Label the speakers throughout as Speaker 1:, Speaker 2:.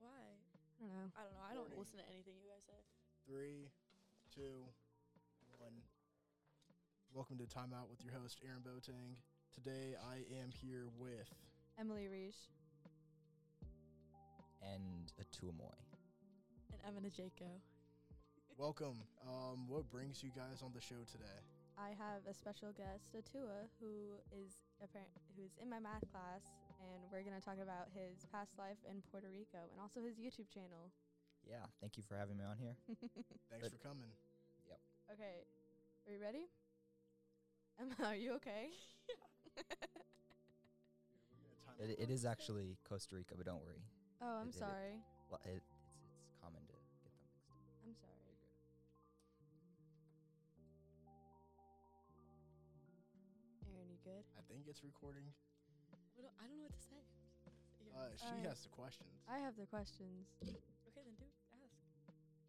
Speaker 1: Mm. listen to anything you guys say.
Speaker 2: Three, two, one. Welcome to Time Out with your host, Aaron Boateng. Today I am here with.
Speaker 3: Emily Reish.
Speaker 4: and a Tuamoy.
Speaker 1: And Emma Jaco.
Speaker 2: Welcome. Um, what brings you guys on the show today?
Speaker 3: I have a special guest, Atua, who is apparent who is in my math class, and we're gonna talk about his past life in Puerto Rico and also his YouTube channel.
Speaker 4: Yeah, thank you for having me on here.
Speaker 2: Thanks
Speaker 4: Good.
Speaker 2: for coming.
Speaker 3: Okay, are you ready? Emma, are you okay?
Speaker 4: It, it is actually Costa Rica, but don't worry.
Speaker 3: Oh,
Speaker 4: I
Speaker 3: I'm
Speaker 4: did it.
Speaker 3: sorry.
Speaker 4: Well, it, it's, it's common to get them mixed up.
Speaker 3: I'm
Speaker 4: You're
Speaker 3: sorry.
Speaker 4: good.
Speaker 3: Aaron, you good?
Speaker 2: I think it's recording.
Speaker 1: What do- I don't know what to say. Here.
Speaker 2: Uh, she
Speaker 3: Alright.
Speaker 2: has the questions.
Speaker 3: I have the questions.
Speaker 1: okay, then do ask.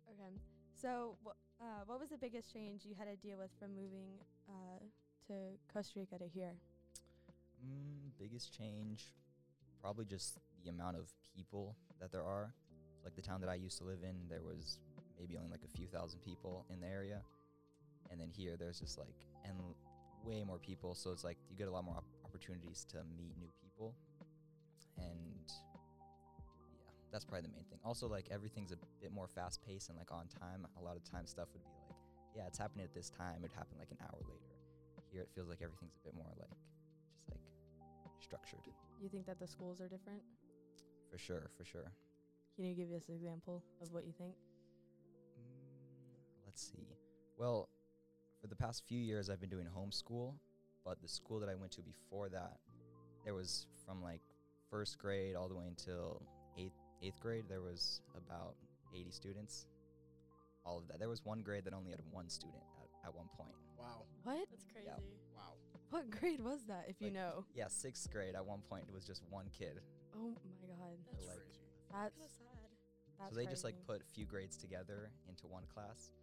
Speaker 3: Okay. So, wh- uh, what was the biggest change you had to deal with from moving uh, to Costa Rica to here?
Speaker 4: Mm, biggest change, probably just the amount of people that there are. Like the town that I used to live in, there was maybe only like a few thousand people in the area, and then here there's just like and way more people. So it's like you get a lot more op- opportunities to meet new people, and yeah, that's probably the main thing. Also, like everything's a bit more fast paced and like on time. A lot of times stuff would be like, yeah, it's happening at this time. It'd happen like an hour later. Here it feels like everything's a bit more like just like structured
Speaker 3: You think that the schools are different?
Speaker 4: for sure for sure
Speaker 3: Can you give us an example of what you think?
Speaker 4: mm, let's see well for the past few years i've been doing homeschool but the school that i went to before that there was from like first grade all the way until eighth eighth grade there was about 80 students all of that there was one grade that only had one student at, at one point
Speaker 2: Wow.
Speaker 3: What?
Speaker 1: That's crazy.
Speaker 2: Wow.
Speaker 3: What grade was that, if you
Speaker 4: Like-
Speaker 3: know?
Speaker 4: yeah sixth grade at one point it was just one kid
Speaker 3: Oh my god.
Speaker 1: That's
Speaker 4: Like-
Speaker 2: crazy.
Speaker 1: kind of
Speaker 3: That's
Speaker 1: sad.
Speaker 3: that's
Speaker 4: so they just like
Speaker 3: crazy.
Speaker 4: put a few grades together into one class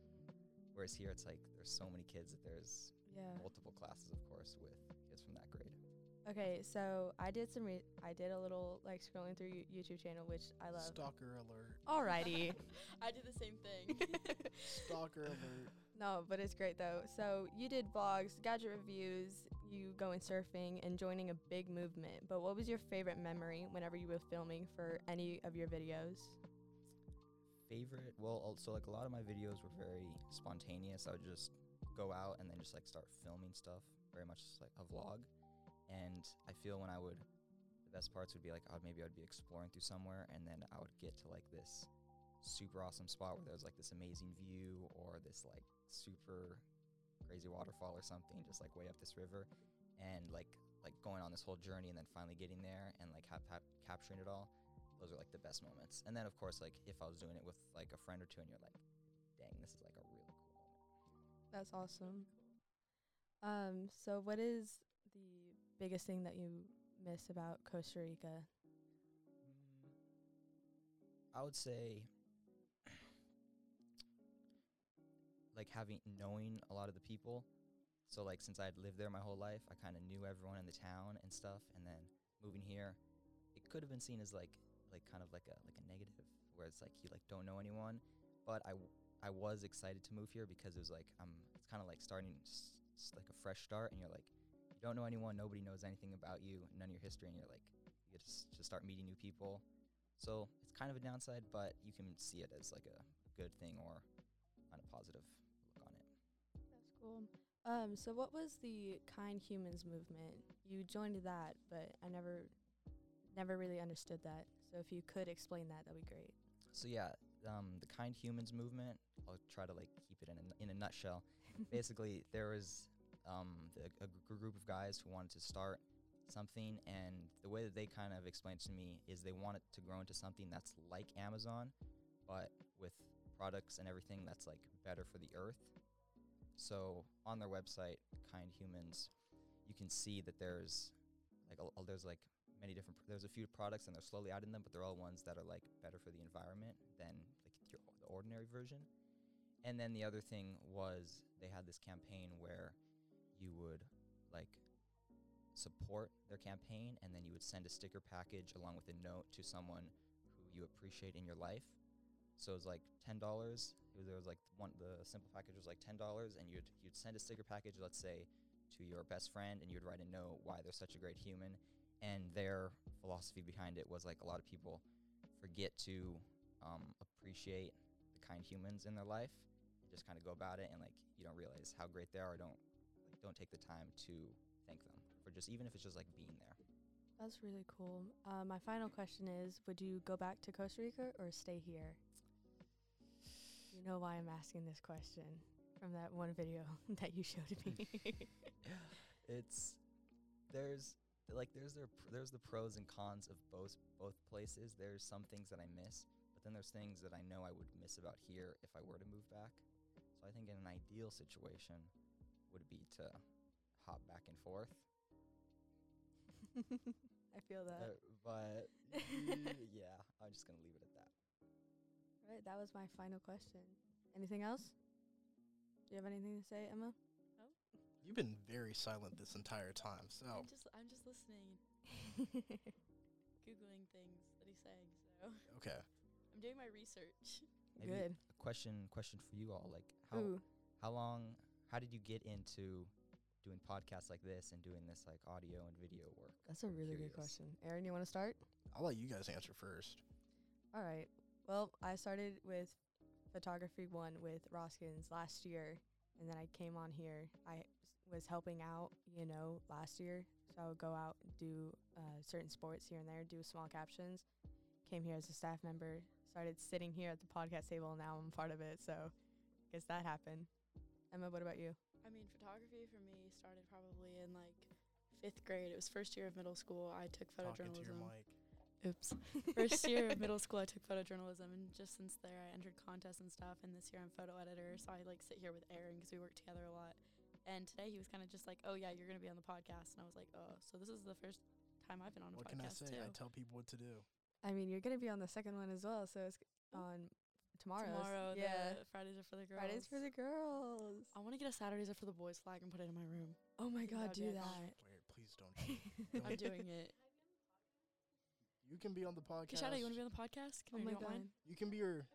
Speaker 4: whereas here it's like there's so many kids that there's
Speaker 3: Yeah.
Speaker 4: multiple classes, of course, with kids from that grade.
Speaker 3: Okay, so I did some re- I did a little like scrolling through your YouTube channel, which I love.
Speaker 2: Stalker alert.
Speaker 3: Alrighty.
Speaker 1: I did the same thing.
Speaker 2: Stalker alert.
Speaker 3: no, but it's great though. So you did vlogs, gadget reviews, you going surfing and joining a big movement. But what was your favorite memory whenever you were filming for any of your videos?
Speaker 4: Favorite? Well, also like a lot of my videos were very spontaneous. I would just go out and then just like start filming stuff, very much just, like a vlog. And I feel when I would, the best parts would be like I would maybe I'd be exploring through somewhere, and then I would get to like this super awesome spot where there's like this amazing view or this like super crazy waterfall or something, just like way up this river, and like like going on this whole journey and then finally getting there and like hap- hap- capturing it all. those are like the best moments. And then of course, like if I was doing it with like a friend or two, and you're like, dang, this is like a really cool moment.
Speaker 3: That's awesome. Um, so what is the biggest thing that you miss about Costa Rica?
Speaker 4: I would say, like having knowing a lot of the people. So like since I had lived there my whole life, I kind of knew everyone in the town and stuff. And then moving here, it could have been seen as like like kind of like a like a negative, where it's like you like don't know anyone. But I w- I was excited to move here because it was like um it's kind of like starting s- s- like a fresh start, and you're like you don't know anyone, nobody knows anything about you, none of your history, and you're like you get to s- to start meeting new people. So it's kind of a downside, but you can see it as like a good thing or kind of positive look on it.
Speaker 3: That's cool. Um, so what was the Kind Humans movement? You joined that, but I never never really understood that. So if you could explain that, that'd be great.
Speaker 4: So yeah, um, the Kind Humans movement. I'll try to like keep it in a, in a nutshell. Basically, there was um, the, a gr- group of guys who wanted to start something, and the way that they kind of explained to me is they want it to grow into something that's like Amazon, but with products and everything that's like better for the earth. So on their website, Kind Humans, you can see that there's like a, a- there's like many different pr- there's a few products and they're slowly adding them but they're all ones that are like better for the environment than like your, the ordinary version and then the other thing was they had this campaign where you would like support their campaign and then you would send a sticker package along with a note to someone who you appreciate in your life So it was like ten dollars. There was like one the simple package was like ten dollars, and you'd you'd send a sticker package, let's say, to your best friend, and you'd write a note why they're such a great human. And their philosophy behind it was like a lot of people forget to um, appreciate the kind humans in their life. Just kind of go about it, and like you don't realize how great they are. Or don't like, don't take the time to thank them for just even if it's just like being there.
Speaker 3: That's really cool. Uh, my final question is Would you go back to Costa Rica or stay here? You know why I'm asking this question from that one video that you showed me.
Speaker 4: it's there's like there's their pr- there's the pros and cons of both both places. There's some things that I miss, but then there's things that I know I would miss about here if I were to move back. So I think in an ideal situation would be to hop back and forth.
Speaker 3: I feel that.
Speaker 4: Uh, but y- yeah, I'm just gonna leave it at that.
Speaker 3: Right, that was my final question. Anything else? Do you have anything to say, Emma?
Speaker 2: You've been very silent this entire time, so
Speaker 1: I'm just I'm just listening, googling things that he's saying. So
Speaker 2: okay.
Speaker 1: I'm doing my research.
Speaker 4: Maybe
Speaker 3: Good.
Speaker 4: A question question for you all like how
Speaker 3: Ooh.
Speaker 4: how long how did you get into doing podcasts like this and doing this like audio and video work
Speaker 3: That's a really good
Speaker 4: curious.
Speaker 3: question. Aaron, you want to start?
Speaker 2: I'll let you guys answer first.
Speaker 3: All right. Well, I started with photography one with Roskins last year, and then I came on here. I s- was helping out, you know, last year. So I would go out and do uh, certain sports here and there, do small captions. Came here as a staff member, started sitting here at the podcast table, and now I'm part of it. So guess that happened. Emma, what about you?
Speaker 1: I mean, photography for me started probably in like fifth grade. It was first year of middle school. I took
Speaker 2: Talking to your
Speaker 1: photojournalism.
Speaker 2: mic.
Speaker 1: Oops. First year of middle school, I took photojournalism, and just since there, I entered contests and stuff. And this year, I'm photo editor, so I like sit here with Aaron because we work together a lot. And today, he was kind of just like, "Oh yeah, you're gonna be on the podcast," and I was like, "Oh, so this is the first time I've been on a
Speaker 2: What can I
Speaker 1: podcast
Speaker 2: say?
Speaker 1: too."
Speaker 2: I tell people what to do.
Speaker 3: I mean, you're going to be on the second one as well. So it's on tomorrow.
Speaker 1: Tomorrow,
Speaker 3: Yeah.
Speaker 1: the Fridays are for the girls.
Speaker 3: Fridays for the girls.
Speaker 1: I want to get a Saturdays are for the boys flag and put it in my room.
Speaker 3: Oh my
Speaker 1: think that
Speaker 3: God,
Speaker 1: would be
Speaker 3: do
Speaker 1: a
Speaker 3: that.
Speaker 1: compliment.
Speaker 2: Wait, please don't. Don't.
Speaker 1: I'm doing it.
Speaker 2: You can be on the podcast.
Speaker 1: Kishada, you want to be on the podcast? Can
Speaker 3: Oh
Speaker 1: I do it
Speaker 3: my god.
Speaker 1: online?
Speaker 2: You can be your.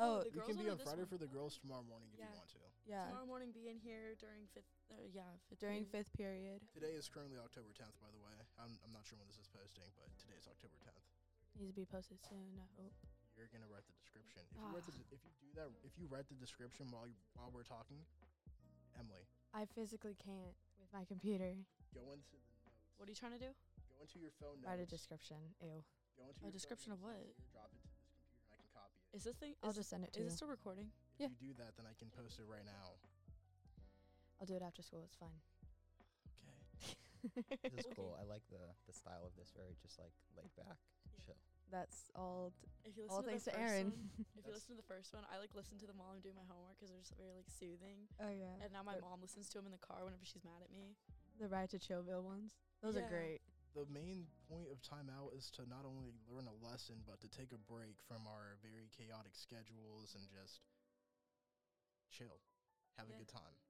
Speaker 3: Oh,
Speaker 1: the
Speaker 2: you
Speaker 1: girls
Speaker 2: can be
Speaker 1: one or
Speaker 2: on
Speaker 1: this
Speaker 2: Friday
Speaker 1: one?
Speaker 2: for the girls tomorrow morning if
Speaker 1: Yeah.
Speaker 2: you want to.
Speaker 3: yeah.
Speaker 1: Tomorrow morning, be in here during fifth. Uh, yeah, fifth
Speaker 3: During
Speaker 1: period.
Speaker 3: fifth period.
Speaker 2: Today is currently October 10th, by the way. I'm, I'm not sure when this is posting, but today is October 10th.
Speaker 3: Needs to be posted soon. oh. I hope.
Speaker 2: You're gonna write the description. If you write the,
Speaker 1: Ah.
Speaker 2: de- if you do that, if you write the description while you, while we're talking, Emily,
Speaker 3: I physically can't with my computer
Speaker 2: go into the
Speaker 1: What are you trying to do?
Speaker 2: go into your phone.
Speaker 3: write a
Speaker 2: notes,
Speaker 3: description. Ew.
Speaker 2: Go into
Speaker 1: a
Speaker 2: your phone
Speaker 1: description of
Speaker 2: notes,
Speaker 1: what?
Speaker 2: here, drop it to this computer. and I can copy it.
Speaker 1: Is this thing?
Speaker 3: I'll
Speaker 1: is-
Speaker 3: just send it
Speaker 1: Is
Speaker 3: to you.
Speaker 1: this still recording?
Speaker 3: yeah.
Speaker 2: If you do that, then I can post it right now.
Speaker 3: I'll do it after school. It's fine.
Speaker 2: Okay.
Speaker 4: this is cool i like the the style of this very just like laid back
Speaker 1: Yeah.
Speaker 4: chill
Speaker 3: That's all. t-
Speaker 1: If you listen
Speaker 3: all
Speaker 1: to the
Speaker 3: thanks to
Speaker 1: first
Speaker 3: Aaron.
Speaker 1: one- if you
Speaker 2: That's-
Speaker 1: listen to the first one, I like listen to them while I'm doing my homework 'cause they're just very like soothing.
Speaker 3: oh yeah.
Speaker 1: And now my
Speaker 3: They're-
Speaker 1: mom listens to them in the car whenever she's mad at me.
Speaker 3: The Ride to Chillville ones. Those
Speaker 1: Yeah.
Speaker 3: are great.
Speaker 2: The main point of timeout is to not only learn a lesson, but to take a break from our very chaotic schedules and just chill, have
Speaker 1: Yeah.
Speaker 2: a good time,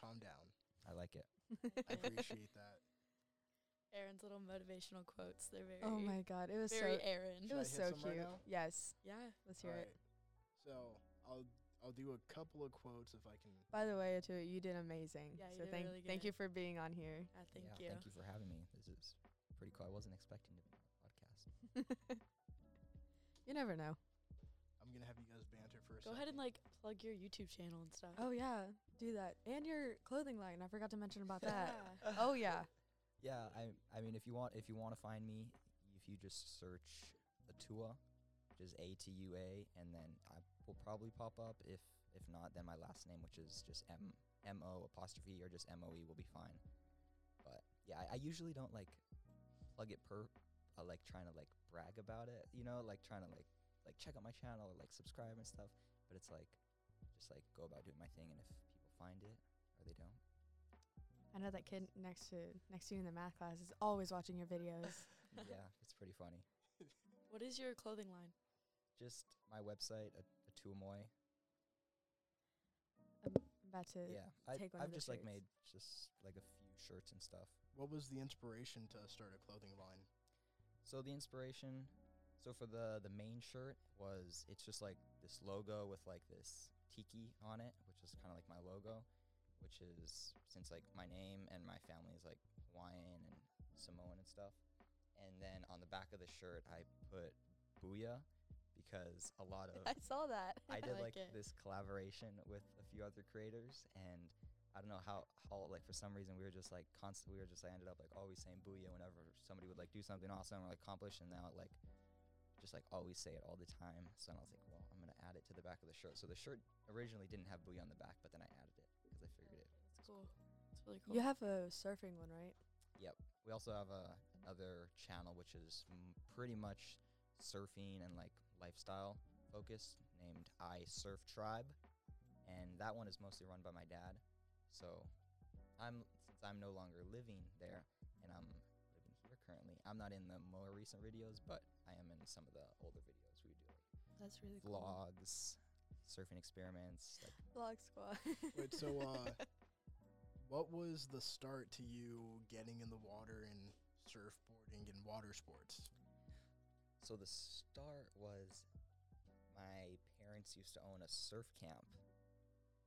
Speaker 2: calm down.
Speaker 4: i like it
Speaker 2: I appreciate that.
Speaker 1: Aaron's little motivational quotes. They're very.
Speaker 3: oh my god. It was so.
Speaker 1: Very Aaron.
Speaker 3: It
Speaker 2: Should I
Speaker 3: was
Speaker 2: hit
Speaker 3: so
Speaker 2: some right
Speaker 3: cute.
Speaker 2: now?
Speaker 3: yes.
Speaker 1: Yeah.
Speaker 3: Let's hear it.
Speaker 2: Alright. So I'll I'll do a couple of quotes if I can.
Speaker 3: By the way, too, you did amazing.
Speaker 1: Yeah, you
Speaker 3: so
Speaker 1: did
Speaker 3: thank
Speaker 1: really
Speaker 3: thank
Speaker 1: good.
Speaker 3: you for being on here.
Speaker 1: I thank
Speaker 4: yeah,
Speaker 1: you.
Speaker 4: thank you for having me this is pretty cool i wasn't expecting to be on the podcast
Speaker 3: You never know.
Speaker 2: I'm gonna have you guys banter for a
Speaker 1: Go
Speaker 2: second.
Speaker 1: ahead and like plug your YouTube channel and stuff.
Speaker 3: Oh yeah, do that. And your clothing line. I forgot to mention about that.
Speaker 1: Yeah.
Speaker 3: oh yeah.
Speaker 4: yeah i i mean if you want if you want to find me if you just search atua which is a-t-u-a and then i will probably pop up if if not then my last name which is just m m-o apostrophe or just m-o-e will be fine but yeah i, I usually don't like plug it per I like trying to like brag about it you know like trying to like like check out my channel or like subscribe and stuff but it's like just like go about doing my thing and if people find it or they don't
Speaker 3: I know that kid next to next to you in the math class is always watching your videos.
Speaker 4: yeah it's pretty funny
Speaker 1: What is your clothing line?
Speaker 4: just my website, a, a Tuamoy.
Speaker 3: I'm about to
Speaker 4: Yeah, I,
Speaker 3: Uh, take one of
Speaker 4: I've
Speaker 3: the
Speaker 4: just like
Speaker 3: shirts.
Speaker 4: made just like a few shirts and stuff.
Speaker 2: What was the inspiration to start a clothing line?
Speaker 4: So the inspiration, So for the the main shirt was it's just like this logo with like this tiki on it, which is kind of like my logo, which is since like my name and my family is like Hawaiian and Samoan and stuff. And then on the back of the shirt, I put booyah because a lot of
Speaker 3: I saw that.
Speaker 4: I did
Speaker 1: like
Speaker 4: like,
Speaker 1: it.
Speaker 4: this collaboration with a few other creators, and I don't know how how like for some reason we were just like constant. We were just I ended up like always saying "booyah" whenever somebody would like do something awesome or like accomplish, and now like just like always say it all the time. So then I was like, well, I'm gonna add it to the back of the shirt. So the shirt originally didn't have "booyah" on the back, but then I added it because I figured it.
Speaker 1: It's cool. It's really cool.
Speaker 3: You have a surfing one, right?
Speaker 4: We also have a another channel which is m- pretty much surfing and like lifestyle focused named I Surf Tribe, and that one is mostly run by my dad. So I'm since I'm no longer living there and I'm living here currently. I'm not in the more recent videos, but I am in some of the older videos we do like
Speaker 1: That's really
Speaker 4: vlogs, surfing experiments, like
Speaker 3: Vlog squad.
Speaker 2: Wait, so uh, what was the start to you getting in the water and surfboarding and water sports?
Speaker 4: So the start was my parents used to own a surf camp.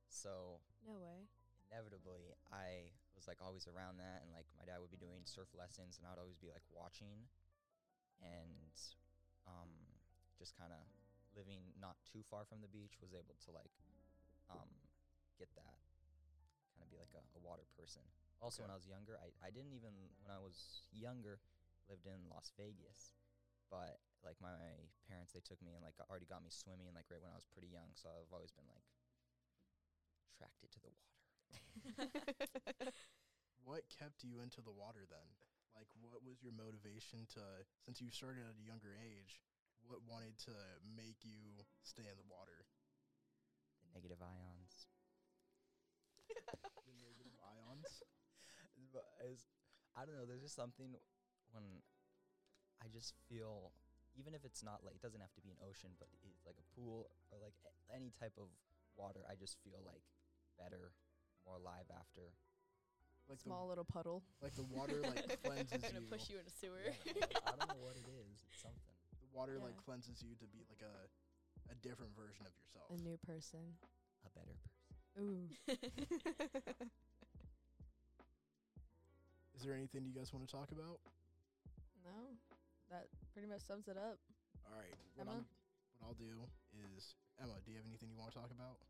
Speaker 4: So
Speaker 3: no way.
Speaker 4: inevitably I was like always around that and like my dad would be doing surf lessons and I'd always be like watching and um just kind of living not too far from the beach was able to like um get that kind of be like a, a water person. Also when
Speaker 2: Okay.
Speaker 4: I was younger, I, I didn't even when I was younger lived in Las Vegas, but like my parents they took me and like already got me swimming like right when I was pretty young, so I've always been like attracted to the water.
Speaker 2: What kept you into the water then? Like, what was your motivation to, since you started at a younger age, what wanted to make you stay in the water?
Speaker 4: the negative ions.
Speaker 2: The negative ions?
Speaker 4: But as, I don't know, there's just something when I just feel, even if it's not like, it doesn't have to be an ocean, but it's like a pool or like a- any type of water, I just feel like better, more alive after.
Speaker 2: Like
Speaker 3: Small little puddle.
Speaker 2: the like the water like cleanses
Speaker 1: I'm
Speaker 2: you.
Speaker 1: gonna push you in a sewer.
Speaker 4: Yeah, I, don't- I don't know what it is, it's something.
Speaker 2: The water like
Speaker 1: Yeah.
Speaker 2: cleanses you to be like a a different version of yourself.
Speaker 3: A new person.
Speaker 4: A better person.
Speaker 3: Ooh.
Speaker 2: Is there anything you guys want to talk about?
Speaker 3: no. That pretty much sums it up.
Speaker 2: All right. What,
Speaker 3: Emma?
Speaker 2: I'm, what I'll do is Emma. Do you have anything you want to talk about?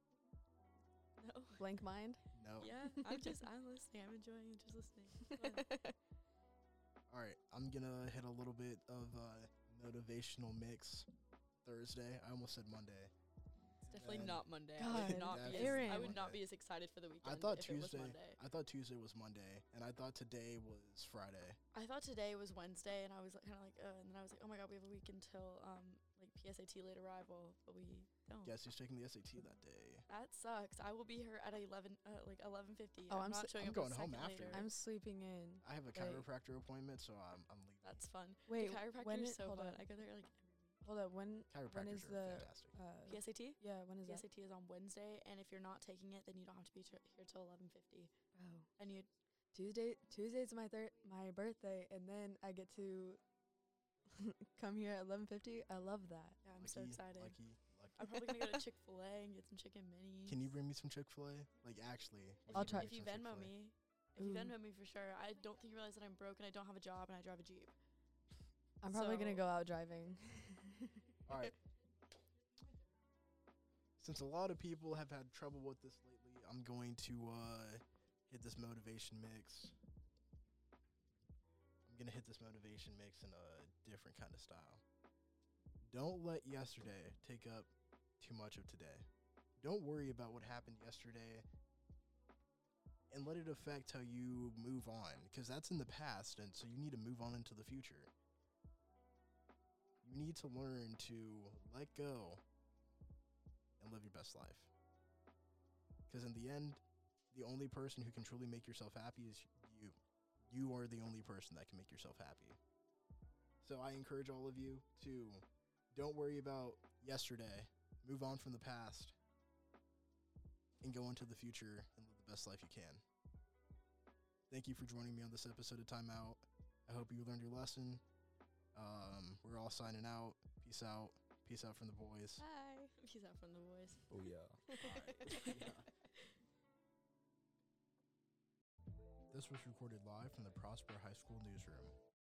Speaker 1: no.
Speaker 3: Blank mind.
Speaker 2: No.
Speaker 1: Yeah, I'm just I'm listening. I'm enjoying it, just listening. It's fun.
Speaker 2: All right. I'm gonna hit a little bit of uh, motivational mix Thursday. I almost said Monday.
Speaker 1: It's definitely
Speaker 2: And
Speaker 1: not Monday. I would
Speaker 3: God,
Speaker 1: not be as,
Speaker 3: Aaron.
Speaker 1: I would not be as excited for the weekend
Speaker 2: I thought
Speaker 1: if
Speaker 2: Tuesday.
Speaker 1: it was Monday.
Speaker 2: I thought Tuesday was Monday, and I thought today was Friday.
Speaker 1: I thought today was Wednesday, and I was like, kind of like, uh, and then I was like, oh my god, we have a week until um like PSAT late arrival, but we don't.
Speaker 2: Guess who's taking the SAT that day?
Speaker 1: That sucks. I will be here at eleven, uh, like eleven fifty.
Speaker 3: Oh,
Speaker 1: I'm,
Speaker 3: I'm
Speaker 1: not
Speaker 3: s-
Speaker 1: showing
Speaker 2: I'm
Speaker 1: up. till
Speaker 2: going home
Speaker 1: second
Speaker 2: after.
Speaker 1: later.
Speaker 3: I'm sleeping in.
Speaker 2: I have a chiropractor appointment, so I'm I'm leaving.
Speaker 1: That's fun.
Speaker 3: Wait,
Speaker 1: the chiropractor
Speaker 3: when
Speaker 1: is
Speaker 3: it-
Speaker 1: so
Speaker 3: hold
Speaker 1: fun.
Speaker 3: on.
Speaker 1: I go there like
Speaker 3: Hold up. When when is
Speaker 2: Chiropractors are
Speaker 3: the
Speaker 2: fantastic.
Speaker 3: uh,
Speaker 1: PSAT.
Speaker 3: yeah? When is that?
Speaker 1: PSAT is on Wednesday, and if you're not taking it, then you don't have to be tr- here till eleven fifty.
Speaker 3: Oh,
Speaker 1: And you
Speaker 3: Tuesday. Tuesday's my third my birthday, and then I get to come here at eleven fifty. I love that.
Speaker 1: Yeah, I'm so
Speaker 2: Lucky,
Speaker 1: excited.
Speaker 2: Lucky, lucky.
Speaker 1: I'm probably gonna go to Chick Fil A and get some chicken minis.
Speaker 2: Can you bring me some Chick Fil A? Like actually,
Speaker 1: If
Speaker 3: I'll
Speaker 1: you,
Speaker 3: try-
Speaker 1: If you
Speaker 2: bring some
Speaker 1: Venmo
Speaker 2: Chick-fil-A.
Speaker 1: me, if you
Speaker 3: Ooh.
Speaker 1: Venmo me for sure. I don't think you realize that I'm broke and I don't have a job and I drive a jeep.
Speaker 3: I'm probably gonna
Speaker 1: So-
Speaker 3: go out driving.
Speaker 2: All right. Since a lot of people have had trouble with this lately, I'm going to uh, hit this motivation mix. I'm gonna hit this motivation mix in a different kind of style. Don't let yesterday take up too much of today. Don't worry about what happened yesterday and let it affect how you move on because that's in the past and so you need to move on into the future you need to learn to let go and live your best life. Because in the end, the only person who can truly make yourself happy is you. You are the only person that can make yourself happy. So I encourage all of you to don't worry about yesterday, move on from the past, and go into the future and live the best life you can. Thank you for joining me on this episode of Time Out. I hope you learned your lesson. I Um, we're all signing out. Peace out. Peace out from the boys.
Speaker 3: Bye.
Speaker 1: Peace out from the boys.
Speaker 4: Oh yeah.
Speaker 2: This was recorded live from the Prosper High School newsroom.